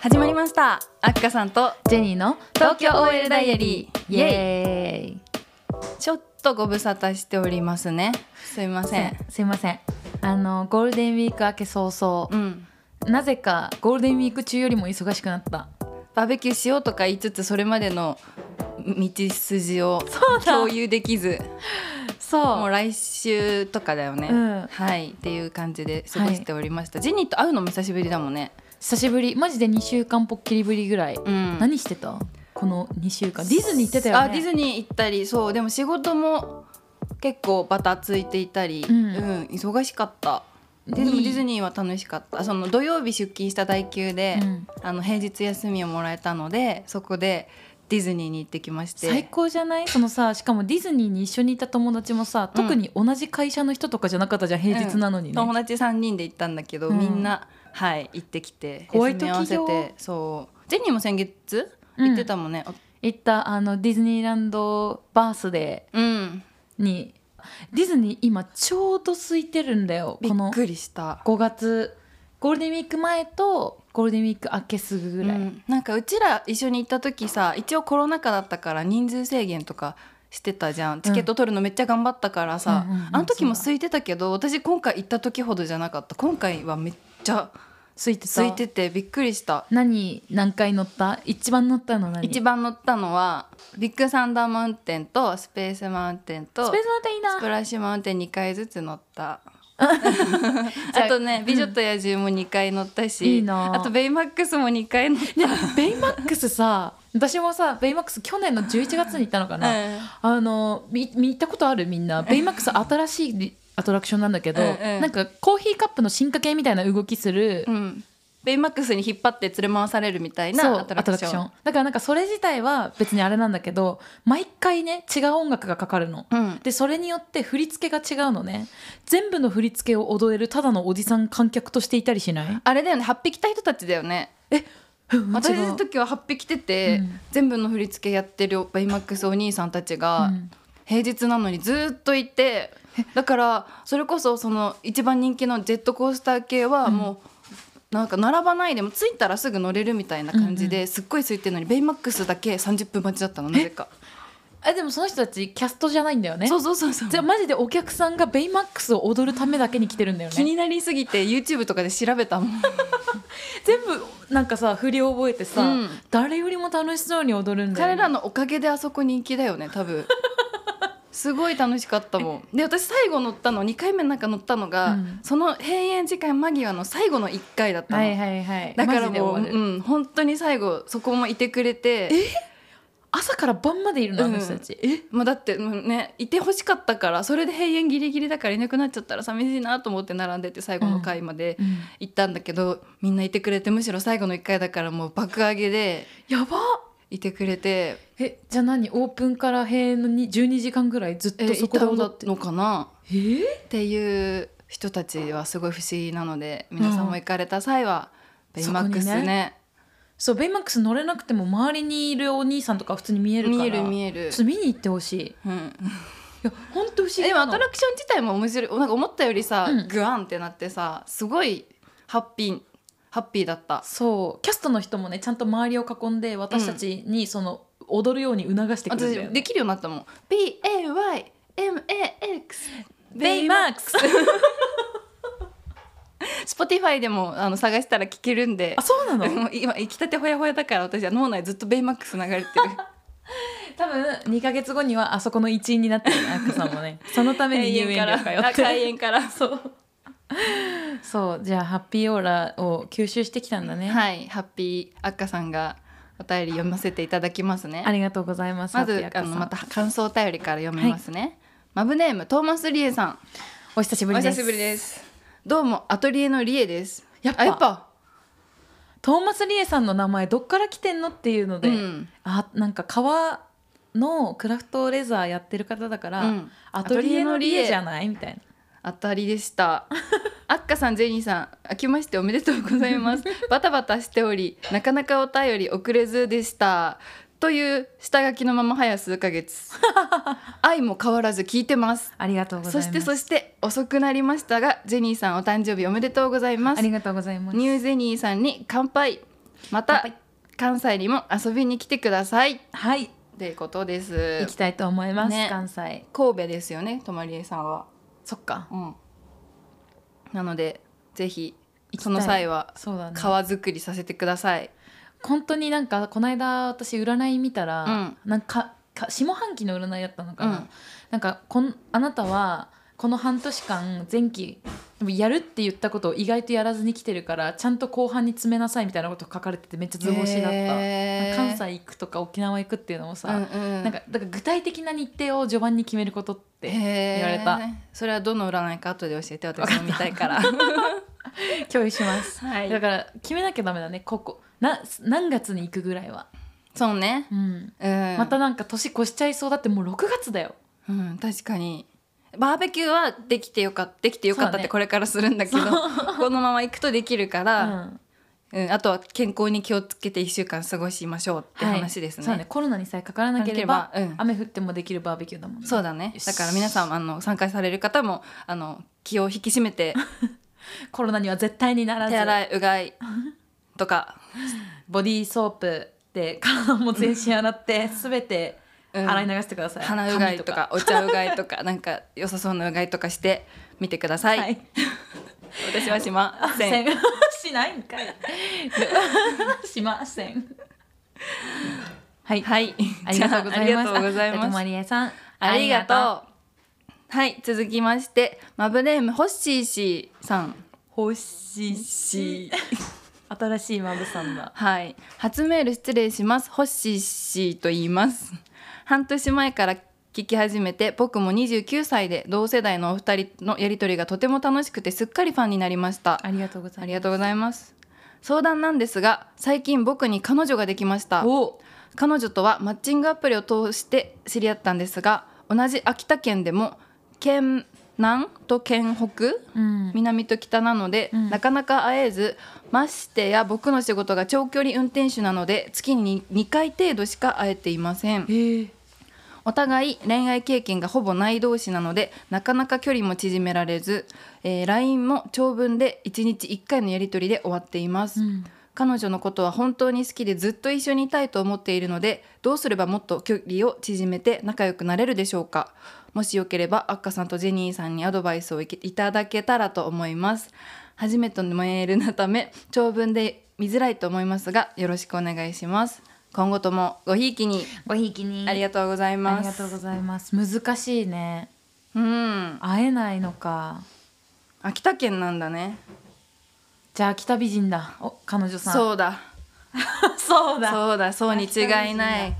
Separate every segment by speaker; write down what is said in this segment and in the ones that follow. Speaker 1: 始まりましたあきかさんと
Speaker 2: ジェニーの
Speaker 1: 東京 OL ダイアリー
Speaker 2: イエーイ
Speaker 1: ちょっとご無沙汰しておりますねすいません
Speaker 2: すいませんあのゴールデンウィーク明け早々、
Speaker 1: うん
Speaker 2: なぜかゴールデンウィーク中よりも忙しくなった
Speaker 1: バーベキューしようとか言いつつそれまでの道筋を
Speaker 2: だ
Speaker 1: 共有できずも
Speaker 2: そうう
Speaker 1: 来週とかだよね、
Speaker 2: うん
Speaker 1: はいっていう感じで過ごしておりました、ジェニーと会うのも久しぶりだもんね
Speaker 2: 久しぶりマジで2週間ぽっきりぶりぐらい、
Speaker 1: うん
Speaker 2: 何してたこの2週間ディズニー行ってたよね
Speaker 1: あディズニー行ったりそうでも仕事も結構バタついていたり、
Speaker 2: うん
Speaker 1: うん忙しかったででもディズニーは楽しかったその土曜日出勤した代休で、
Speaker 2: うん
Speaker 1: あの平日休みをもらえたのでそこでディズニーに行ってきまして
Speaker 2: 最高じゃないそのさしかもディズニーに一緒にいた友達もさ、
Speaker 1: うん
Speaker 2: 特に同じ会社の人とかじゃなかったじゃん平日なのにね、
Speaker 1: 友達3人で行ったんだけど、
Speaker 2: うん
Speaker 1: みんなはい行ってきて
Speaker 2: ホワイト
Speaker 1: 休み合わせ
Speaker 2: 企業
Speaker 1: てそうジェニーも先月
Speaker 2: うん
Speaker 1: 行ってたもんね
Speaker 2: 行ったあのディズニーランドバースデ
Speaker 1: うん、
Speaker 2: ーにディズニー今ちょうど空いてるんだよこ
Speaker 1: びっ
Speaker 2: の
Speaker 1: くりした
Speaker 2: 5月ゴールデンウィーク前とゴールデンウィーク明けすぐぐらい、
Speaker 1: うんなんかうちら一緒に行った時さ一応コロナ禍だったから人数制限とかしてたじゃんチケット取るのめっちゃ頑張ったからさ、
Speaker 2: うんうんうんうん
Speaker 1: あの時も空いてたけど私今回行った時ほどじゃなかった今回はめっちゃ
Speaker 2: 空いてた
Speaker 1: 空いててびっくりした
Speaker 2: 何何回乗った一番乗ったの何
Speaker 1: 一番乗ったのはビッグサンダーマウンテンとスペースマウンテンと
Speaker 2: スペースマウンテンいい
Speaker 1: スプ
Speaker 2: な
Speaker 1: ラッシュマウンテン2回ずつ乗った。
Speaker 2: じゃあ
Speaker 1: あとね「美女と野獣」も2回乗ったし、
Speaker 2: いいな
Speaker 1: あと「ベイマックス」も2回乗った。
Speaker 2: ベイマックスさ私もさベイマックス去年の11月に行ったのかな、
Speaker 1: うん
Speaker 2: あのみ見行ったことあるみんなベイマックス新しいリアトラクションなんだけど、
Speaker 1: うんうん
Speaker 2: なんかコーヒーカップの進化系みたいな動きする、
Speaker 1: うん、ベイマックスに引っ張って連れ回されるみたい
Speaker 2: そう
Speaker 1: なアトラクション
Speaker 2: アだからなんかそれ自体は別にあれなんだけど毎回ね違う音楽がかかるの、
Speaker 1: うん、
Speaker 2: でそれによって振り付けが違うのね全部の振り付けを踊れるただのおじさん観客としていたりしない
Speaker 1: あれだよね8匹来た人たちだよね私の時は8匹来てて、
Speaker 2: うん
Speaker 1: 全部の振り付けやってるベイマックスお兄さんたちが、
Speaker 2: うん
Speaker 1: 平日なのにずっといてだからそれこそその一番人気のジェットコースター系はもう、なんか並ばないでも着いたらすぐ乗れるみたいな感じで、
Speaker 2: うん
Speaker 1: すっごい空いてるのにベイマックスだけ30分待ちだったのなぜか、
Speaker 2: えでもその人たちキャストじゃないんだよね
Speaker 1: そうそうそうそう
Speaker 2: じゃあマジでお客さんがベイマックスを踊るためだけに来てるんだよ
Speaker 1: 気
Speaker 2: ね
Speaker 1: になりすぎて YouTube とかで調べたもん
Speaker 2: 全部なんかさ振りを覚えてさ、
Speaker 1: うん
Speaker 2: 誰よりも楽しそうに踊るんだよ、ね、
Speaker 1: 彼らのおかげであそこ人気だよね多 分すごい楽しかったもんで私最後乗ったの2回目なんか乗ったのが、
Speaker 2: うん
Speaker 1: その閉園時間間際の最後の1回だったの、
Speaker 2: はいはいはい
Speaker 1: だか
Speaker 2: マ
Speaker 1: ら
Speaker 2: ジで
Speaker 1: もう、
Speaker 2: 終わる
Speaker 1: うん、本当に最後そこもいてくれて
Speaker 2: 朝から晩までいるのあの人たち、え
Speaker 1: もうだってもうねいてほしかったからそれで閉園ギリギリだからいなくなっちゃったら寂しいなと思って並んでて最後の回まで
Speaker 2: うん
Speaker 1: 行ったんだけど、みんないてくれてむしろ最後の1回だからもう爆上げで
Speaker 2: やばっ
Speaker 1: いてくれて
Speaker 2: えじゃあ何オープンから閉園のに12時間ぐらいずっ
Speaker 1: え
Speaker 2: とそ
Speaker 1: い
Speaker 2: こで
Speaker 1: た
Speaker 2: 踊って
Speaker 1: のかな
Speaker 2: えー
Speaker 1: っていう人たちはすごい不思議なので皆さんも行かれた際はベイマックス
Speaker 2: そこに
Speaker 1: ね
Speaker 2: そうベイマックス乗れなくても周りにいるお兄さんとか普通に見えるから
Speaker 1: 見える見える
Speaker 2: ちょっと見に行ってほしいい
Speaker 1: うん、
Speaker 2: や本当不思議
Speaker 1: でも
Speaker 2: な
Speaker 1: ア
Speaker 2: の
Speaker 1: トラクション自体も面白いなんか思ったよりさ、
Speaker 2: うん
Speaker 1: グワンってなってさすごいハッピーハッピーだった
Speaker 2: そうキャストの人もねちゃんと周りを囲んで私たちにその、踊るように促してくれるん
Speaker 1: 私
Speaker 2: だよね
Speaker 1: できるようになったもん BAYMAX
Speaker 2: ベイマックス
Speaker 1: Spotify でもあの探したら聞けるんで
Speaker 2: あそうなの
Speaker 1: もう 今生きたてほやほやだから私は脳内ずっとベイマックス流れ てる
Speaker 2: 多分2か月後にはあそこの一員になってるねアックさ んもねそのために入園料通
Speaker 1: 開園から
Speaker 2: っ
Speaker 1: あ 開園から
Speaker 2: てそうそうじゃあハッピーオーラを吸収してきたんだね、
Speaker 1: はいハッピーアッカさんがお便り読ませていただきますね
Speaker 2: ありがとうございます
Speaker 1: ま
Speaker 2: ハッピ
Speaker 1: ず
Speaker 2: ーアック
Speaker 1: あ
Speaker 2: さん
Speaker 1: のまた感想お便りから読みますね、マブネームトーマスリエさん
Speaker 2: お久しぶ
Speaker 1: お
Speaker 2: りです
Speaker 1: 久しぶりですどうもアトリエのリエです
Speaker 2: やっぱ
Speaker 1: あやっぱ
Speaker 2: トーマス・リエさんの名前どっから来てんのっていうので、
Speaker 1: うん
Speaker 2: あなんか革のクラフトレザーやってる方だから、
Speaker 1: うん
Speaker 2: アトリエのリエじゃないみたいな
Speaker 1: 当たりでした。 あっかさん、ジェニーさん、あきましておめでとうござい ます。バタバタしており、なかなかお便り遅れずでした。という下書きのまま早数ヶ 月。愛も変わらず聞いてます。
Speaker 2: ありがとうござい
Speaker 1: そ
Speaker 2: ます
Speaker 1: してそして遅くなりましたが、ジェニーさんお誕生日おめでとうございま
Speaker 2: あ
Speaker 1: す
Speaker 2: り。がとうございます
Speaker 1: ニュージェニーさんに乾杯。ま
Speaker 2: 乾
Speaker 1: た
Speaker 2: 杯
Speaker 1: 関西にも遊びに来てくださいっ
Speaker 2: はい
Speaker 1: てことです
Speaker 2: 行きたいと思います、
Speaker 1: ね
Speaker 2: 関西
Speaker 1: 神戸ですよねとまりえさんは
Speaker 2: そっか
Speaker 1: うんなのでぜひ
Speaker 2: 行きたい
Speaker 1: その際は
Speaker 2: そうだね
Speaker 1: 皮作りさせてください、
Speaker 2: 本当になんかこの間私占い見たら、
Speaker 1: うん
Speaker 2: なんかか下半期の占いだったのかな、
Speaker 1: うん
Speaker 2: なんかこんあなたはこの半年間前期やるって言ったことを意外とやらずに来てるからちゃんと後半に詰めなさいみたいなこと書かれててめっちゃ図星だった、
Speaker 1: へー
Speaker 2: 関西行くとか沖縄行くっていうのもさ、
Speaker 1: うんうん
Speaker 2: なんかだから具体的な日程を序盤に決めることって
Speaker 1: 言
Speaker 2: 言われた
Speaker 1: それはどの占いか後で教えて私も見たい から
Speaker 2: 共有します、
Speaker 1: はい
Speaker 2: だから決めなきゃダメだねここな何月に行くぐらいは、
Speaker 1: そうね
Speaker 2: うん
Speaker 1: うん
Speaker 2: またなんか年越しちゃいそうだってもう6月だよ
Speaker 1: うん確かにバーベキューはできてよかったできてよかっ
Speaker 2: そ
Speaker 1: た
Speaker 2: う
Speaker 1: っ
Speaker 2: ね
Speaker 1: てこれからするんだけど このまま行くとできるから、
Speaker 2: ん
Speaker 1: うんあとは健康に気をつけて1週間過ごしましょうって話ですね,、
Speaker 2: はいそうだねコロナにさえかからなけれ
Speaker 1: か
Speaker 2: ば
Speaker 1: ければうん
Speaker 2: 雨降ってもできるバーベキューだもんね
Speaker 1: そうだね
Speaker 2: よし
Speaker 1: だから皆さんあの参加される方もあの気を引き締めて
Speaker 2: コロナには絶対に ならず
Speaker 1: 手洗いうがいとか、
Speaker 2: ボディーソープで体も全身洗って全て
Speaker 1: うん
Speaker 2: 洗い流してください、
Speaker 1: 鼻うがいとかお茶うがいと かなんか良さそうなうがいとかしてみてください、
Speaker 2: 髪はい
Speaker 1: 私はしません
Speaker 2: しないんかいしませんはい、
Speaker 1: はい
Speaker 2: ありがとうござい
Speaker 1: じゃあ
Speaker 2: ま
Speaker 1: あり
Speaker 2: す
Speaker 1: がとうござい
Speaker 2: あと
Speaker 1: ます
Speaker 2: マリエさん
Speaker 1: ありが
Speaker 2: あ
Speaker 1: とう。はい、続きまして、マブネームホッシーシーさん。
Speaker 2: ほしし新しいマブさんだ
Speaker 1: はい、初メール失礼します。ホッシーシーと言います。半年前から聞き始めて、僕も29歳で同世代のお二人のやりとりがとても楽しくてすっかりファンになりました。
Speaker 2: ありがとうござ
Speaker 1: あ
Speaker 2: い
Speaker 1: り
Speaker 2: ま
Speaker 1: がとうございます。相談なんですが、最近僕に彼女ができました
Speaker 2: す。お
Speaker 1: 彼女とはマッチングアプリを通して知り合ったんですが同じ秋田県でも県南と県北
Speaker 2: うん
Speaker 1: 南と北なので、
Speaker 2: うん
Speaker 1: なかなか会えずましてや僕の仕事が長距離運転手なので月に2回程度しか会えていません
Speaker 2: えー、
Speaker 1: お互い恋愛経験がほぼない同士なのでなかなか距離も縮められず、えー LINE も長文で1日1回のやり取りで終わっています、
Speaker 2: うん
Speaker 1: 彼女のことは本当に好きでずっと一緒にいたいと思っているのでどうすればもっと距離を縮めて仲良くなれるでしょうかもしよければアッカさんとジェニーさんにアドバイスをいけいただけたらと思います初めてのメールなため長文で見づらいと思いますがよろしくお願いします今後ともごひいきに
Speaker 2: ごひいきに
Speaker 1: ありがとうござい
Speaker 2: あ
Speaker 1: ま
Speaker 2: りが
Speaker 1: す
Speaker 2: とうございます難しいね
Speaker 1: うん
Speaker 2: 会えないのか
Speaker 1: 秋田県なんだね
Speaker 2: じゃあ秋田美人だお彼女さんう
Speaker 1: そう だ
Speaker 2: そうだ
Speaker 1: そうだそうに違いない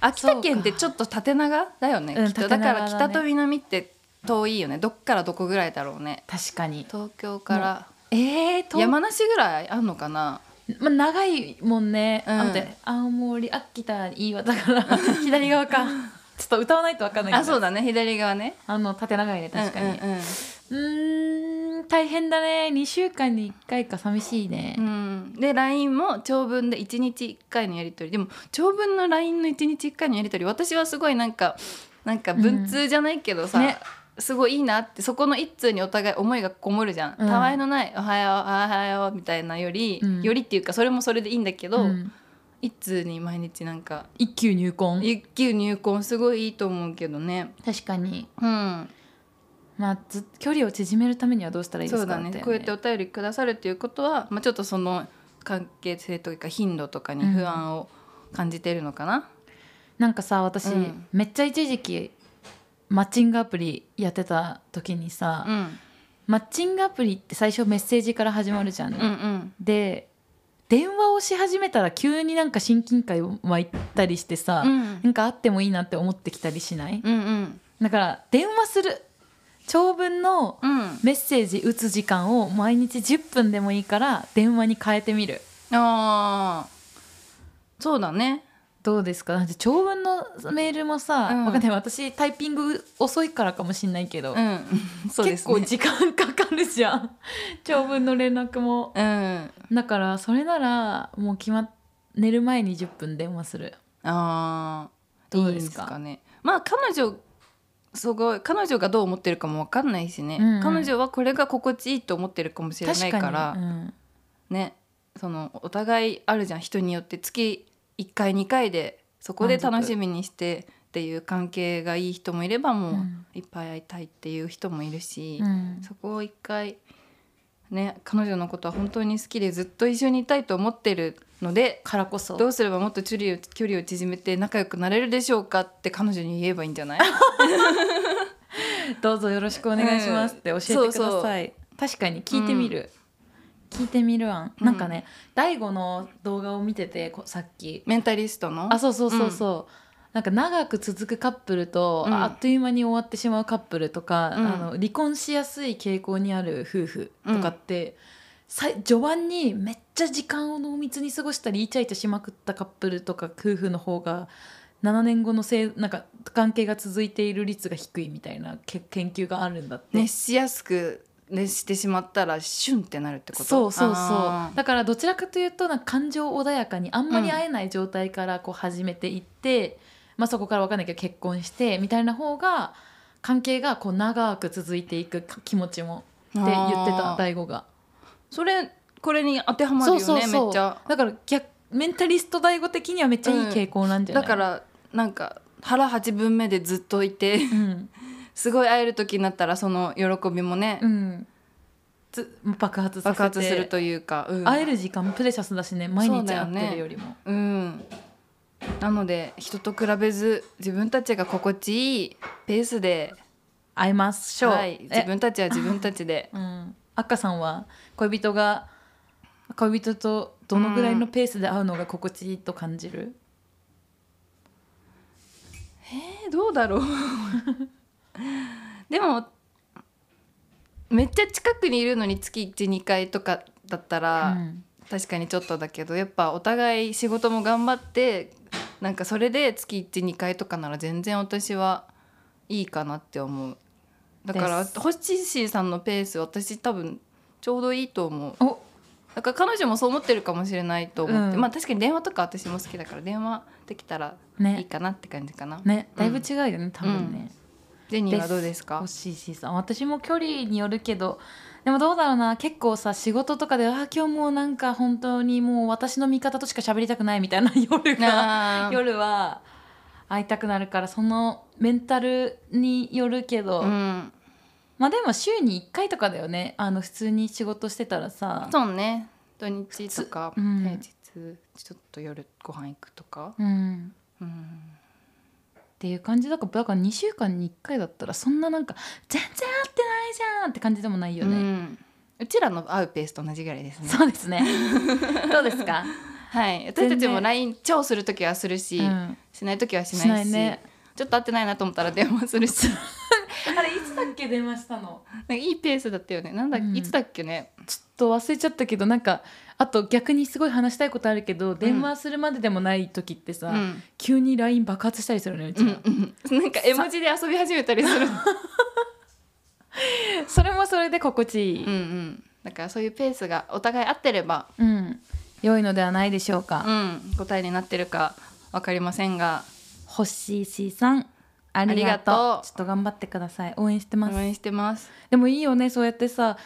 Speaker 1: 秋田県ってちょっと縦長だよね
Speaker 2: うん
Speaker 1: きっと
Speaker 2: 縦
Speaker 1: だ
Speaker 2: 長だ
Speaker 1: か
Speaker 2: ね
Speaker 1: ら北と南って遠いよねどっからどこぐらいだろうね
Speaker 2: 確かに
Speaker 1: 東京から
Speaker 2: えー、と
Speaker 1: 山梨ぐらいあんのかな
Speaker 2: ま、長いもんね、
Speaker 1: うん
Speaker 2: あ待って青森秋田いいわだから 左側かちょっと歌わないと分かんないけど
Speaker 1: あそうだね左側ね
Speaker 2: あの縦長いね確かに
Speaker 1: うんうん
Speaker 2: うーん大変だね2週間に1回か寂しいね、
Speaker 1: うん、うんで LINE も長文で1日1回のやり取りでも長文の LINE の1日1回のやり取り私はすごいなんかなんか文通じゃないけどさ、
Speaker 2: うんね
Speaker 1: すごいいいなってそこの一通にお互い思いがこもるじゃん、
Speaker 2: うん
Speaker 1: たわいのない「おはようあおはよう」みたいなより、
Speaker 2: うん
Speaker 1: よりっていうかそれもそれでいいんだけど、
Speaker 2: うん
Speaker 1: 一通に毎日なんか
Speaker 2: 一級入婚
Speaker 1: 一級入婚すごいいいと思うけどね
Speaker 2: 確かに
Speaker 1: うん
Speaker 2: まあず距離を縮めるためにはどうしたらいいで
Speaker 1: そ
Speaker 2: す
Speaker 1: う
Speaker 2: か
Speaker 1: だね
Speaker 2: って
Speaker 1: こうやってお便りくださるっていうことは、まあ、ちょっとその関係性というか頻度とかに不安を感じてるのかな、
Speaker 2: なんかさ私、
Speaker 1: うん
Speaker 2: めっちゃ一時期マッチングアプリやってた時にさ、
Speaker 1: うん、
Speaker 2: マッチングアプリって最初メッセージから始まるじゃん、
Speaker 1: うんうん
Speaker 2: で電話をし始めたら急になんか親近感湧いたりしてさ、
Speaker 1: うん
Speaker 2: なんかあってもいいなって思ってきたりしない、
Speaker 1: うんうん
Speaker 2: だから電話する長文の
Speaker 1: うん
Speaker 2: メッセージ打つ時間を毎日10分でもいいから電話に変えてみる
Speaker 1: あーそうだね
Speaker 2: どうですかだって長文のメールもさ、
Speaker 1: うん
Speaker 2: わかんない私タイピング遅いからかもしんないけど、
Speaker 1: うんそうで
Speaker 2: 結
Speaker 1: すね
Speaker 2: 構時間かかるじゃん 長文の連絡も
Speaker 1: うん
Speaker 2: だからそれならもう決まっ寝る前に10分電話する
Speaker 1: あー
Speaker 2: どうですか
Speaker 1: いいんねまあ彼女すごい彼女がどう思ってるかも分かんないしね、
Speaker 2: うんうん
Speaker 1: 彼女はこれが心地いいと思ってるかもしれないから
Speaker 2: うん
Speaker 1: ねそのお互いあるじゃん人によって月1回2回でそこで
Speaker 2: 満足
Speaker 1: 楽しみにしてっていう関係がいい人もいればもう、
Speaker 2: うん
Speaker 1: いっぱい会いたいっていう人もいるし、
Speaker 2: うん
Speaker 1: そこを一回ね彼女のことは本当に好きでずっと一緒にいたいと思ってるので
Speaker 2: からこそ
Speaker 1: どうすればもっと距離を距離を縮めて仲良くなれるでしょうかって彼女に言えばいいんじゃ ない
Speaker 2: どうぞよろしくお願いしますって教えてください、
Speaker 1: うんそうそう
Speaker 2: 確かに聞いてみる、聞いてみる案、
Speaker 1: うん
Speaker 2: なんかね大悟の動画を見ててこさっき
Speaker 1: メンタリストの
Speaker 2: あそうそうそうそう、なんか長く続くカップルと、
Speaker 1: うん
Speaker 2: あっという間に終わってしまうカップルとか、
Speaker 1: うん
Speaker 2: あの離婚しやすい傾向にある夫婦とかって、さい序盤にめっちゃ時間を濃密に過ごしたりイチャイチャしまくったカップルとか夫婦の方が7年後のせいなんか関係が続いている率が低いみたいなけ研究があるんだって。
Speaker 1: 熱しやすく熱してしまったらシュンってなるってこと
Speaker 2: そうそうそ
Speaker 1: あ
Speaker 2: う
Speaker 1: ー
Speaker 2: だからどちらかというとなんか感情穏やかにあんまり会えない状態からこう始めていって、まあ、そこから分かんないけど結婚してみたいな方が関係がこう長く続いていくか気持ちもって言ってた
Speaker 1: あー
Speaker 2: 大悟が。
Speaker 1: それこれに当てはまるよ
Speaker 2: そう
Speaker 1: ね
Speaker 2: そうそう
Speaker 1: めっちゃ
Speaker 2: だから逆メンタリスト大悟的にはめっちゃいい傾向なんじゃな
Speaker 1: だ
Speaker 2: い、
Speaker 1: からなんか腹八分目でずっといて
Speaker 2: うん、
Speaker 1: すごい会える時になったらその喜びもね、
Speaker 2: うん、つ爆発させて
Speaker 1: 爆発するというか、うん
Speaker 2: 会える時間もプレシャスだしね毎
Speaker 1: そう
Speaker 2: 日
Speaker 1: だよ
Speaker 2: 会
Speaker 1: ね
Speaker 2: ってるよりも
Speaker 1: うんなので人と比べず自分たちが心地いいペースで、
Speaker 2: 会いましょう、
Speaker 1: はい、
Speaker 2: え
Speaker 1: 自分たちは自分たち で
Speaker 2: うん、赤さんは恋人が恋人とどのぐらいのペースで会うのが心地いいと感じる、
Speaker 1: えーどうだろう でもめっちゃ近くにいるのに月12回とかだったら、
Speaker 2: うん
Speaker 1: 確かにちょっとだけどやっぱお互い仕事も頑張ってなんかそれで月12回とかなら全然私はいいかなって思うだから
Speaker 2: です
Speaker 1: 星新さんのペース私多分ちょうどいいと思う
Speaker 2: お
Speaker 1: だから彼女もそう思ってるかもしれないと思って、
Speaker 2: うん
Speaker 1: まあ確かに電話とか私も好きだから電話できたらいい
Speaker 2: ね
Speaker 1: かなって感じかな、
Speaker 2: ね
Speaker 1: うん
Speaker 2: だいぶ違うよね、多分ね、
Speaker 1: ジェニーはどうですか
Speaker 2: 欲しいしさん私も距離によるけどでもどうだろうな結構さ仕事とかで「あー今日もうなんか本当にもう私の味方としか喋りたくない」みたいな夜が
Speaker 1: あー
Speaker 2: 夜は会いたくなるからそのメンタルによるけど、
Speaker 1: うん
Speaker 2: まあでも週に1回とかだよねあの普通に仕事してたらさ
Speaker 1: そうね土日とか
Speaker 2: つうん
Speaker 1: 平日ちょっと夜ご飯行くとか、
Speaker 2: うん
Speaker 1: うん
Speaker 2: っていう感じだからだから2週間に1回だったらそんななんか全然会ってないじゃんって感じでもないよ
Speaker 1: う
Speaker 2: ね、
Speaker 1: ん、うちらの会うペースと同じぐらいですね
Speaker 2: そうです ねどうですか、
Speaker 1: はい私たち
Speaker 2: 全
Speaker 1: も
Speaker 2: 然
Speaker 1: LINE 超する時はするし、
Speaker 2: うん
Speaker 1: しない時はしないし
Speaker 2: しないね
Speaker 1: ちょっと会ってないなと思ったら電話するし
Speaker 2: あれいつだっけ電話したの
Speaker 1: なんかいいペースだったよねなんだ、
Speaker 2: うん
Speaker 1: いつだっけね
Speaker 2: ちょっと忘れちゃったけどなんかあと逆にすごい話したいことあるけど、電話するまででもない時ってさ、
Speaker 1: うん
Speaker 2: 急に LINE 爆発したりするのよう
Speaker 1: う
Speaker 2: ち
Speaker 1: ん
Speaker 2: ら、
Speaker 1: うん なんか絵文字で遊び始めたりする
Speaker 2: それもそれで心地いい、
Speaker 1: うんうんだからそういうペースがお互い合ってれば、
Speaker 2: うん良いのではないでしょうか、
Speaker 1: うん、答えになってるかわかりませんが
Speaker 2: ホッシーシーさんありがとう
Speaker 1: ありがとう
Speaker 2: ちょっと頑張ってください応援してま
Speaker 1: 応
Speaker 2: す
Speaker 1: 援してます
Speaker 2: でもいいよねそうやってさ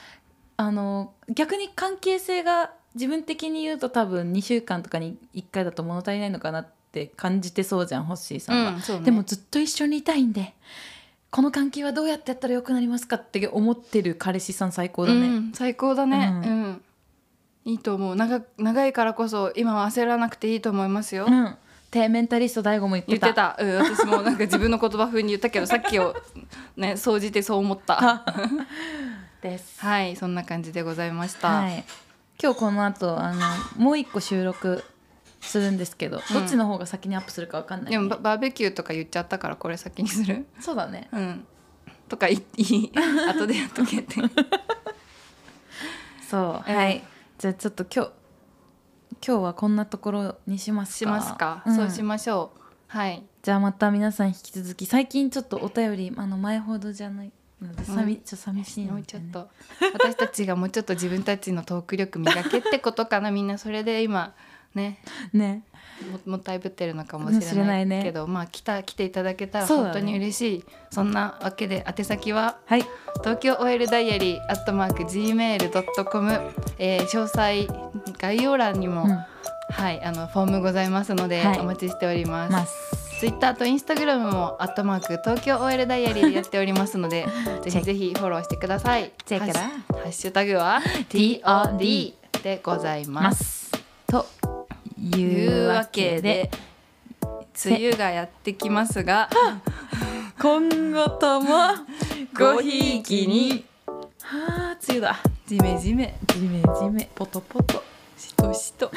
Speaker 2: あの逆に関係性が自分的に言うと多分2週間とかに1回だと物足りないのかなって感じてそうじゃんホッシーさんは、
Speaker 1: うんそうね
Speaker 2: でもずっと一緒にいたいんでこの関係はどうやってやったら良くなりますかって思ってる彼氏さん最高だね、
Speaker 1: うん、最高だね、
Speaker 2: う
Speaker 1: うんんいいと思う長長いからこそ今は焦らなくていいと思いますよ、
Speaker 2: うんってメンタリスト大悟も言っ
Speaker 1: 言
Speaker 2: て
Speaker 1: ったてた、うん、私もなんか自分の言葉風に言ったけどさっきをね総じてそう思った
Speaker 2: です
Speaker 1: はいそんな感じでございました、
Speaker 2: はい今日この後あのもう一個収録するんですけど、どっちの方が先にアップするか分かんない、ね、
Speaker 1: でもババーベキューとか言っちゃったからこれ先にする
Speaker 2: そうだね
Speaker 1: うんとかいい い後でやっとけって
Speaker 2: そう、
Speaker 1: うん
Speaker 2: はいじゃあちょっと今日今日はこんなところにしますか
Speaker 1: しますか、
Speaker 2: ん
Speaker 1: そうしましょうはい
Speaker 2: じゃあまた皆さん引き続き最近ちょっとお便りあの前ほどじゃないので寂、
Speaker 1: うん
Speaker 2: ちょっと寂しいのでね
Speaker 1: もうちょっと私たちがもうちょっと自分たちのトーク力磨けってことかなみんなそれで今ね
Speaker 2: ね
Speaker 1: ももったいぶってるのかもし
Speaker 2: うん知
Speaker 1: れ
Speaker 2: れ
Speaker 1: な
Speaker 2: ないいね
Speaker 1: けど、まあ来た来ていただけたら
Speaker 2: そうだね
Speaker 1: 本当に嬉しいそ,、んなわけで宛先は
Speaker 2: はい
Speaker 1: 東京 OL ダイアリーアットマーク Gmail.com、えー詳細概要欄にも、
Speaker 2: うん
Speaker 1: はいあのフォームございますので、
Speaker 2: はい
Speaker 1: お待ちしております。
Speaker 2: ます。
Speaker 1: ツイッターとインスタグラムも「アットマーク東京 OL ダイアリー」でやっております のでぜひぜひフォローしてください。
Speaker 2: チェックだ
Speaker 1: ハッシュハッシュタグは
Speaker 2: TOD
Speaker 1: TOD でござい
Speaker 2: ま
Speaker 1: ます。
Speaker 2: す。と
Speaker 1: と
Speaker 2: い
Speaker 1: いううわ
Speaker 2: わ
Speaker 1: けで
Speaker 2: けで、
Speaker 1: 梅雨がやってきますが、
Speaker 2: 今後とも
Speaker 1: ごひいきに。
Speaker 2: はあ、梅雨だ。
Speaker 1: ジメジメ
Speaker 2: じめじめ、ポトポト。
Speaker 1: しとしと。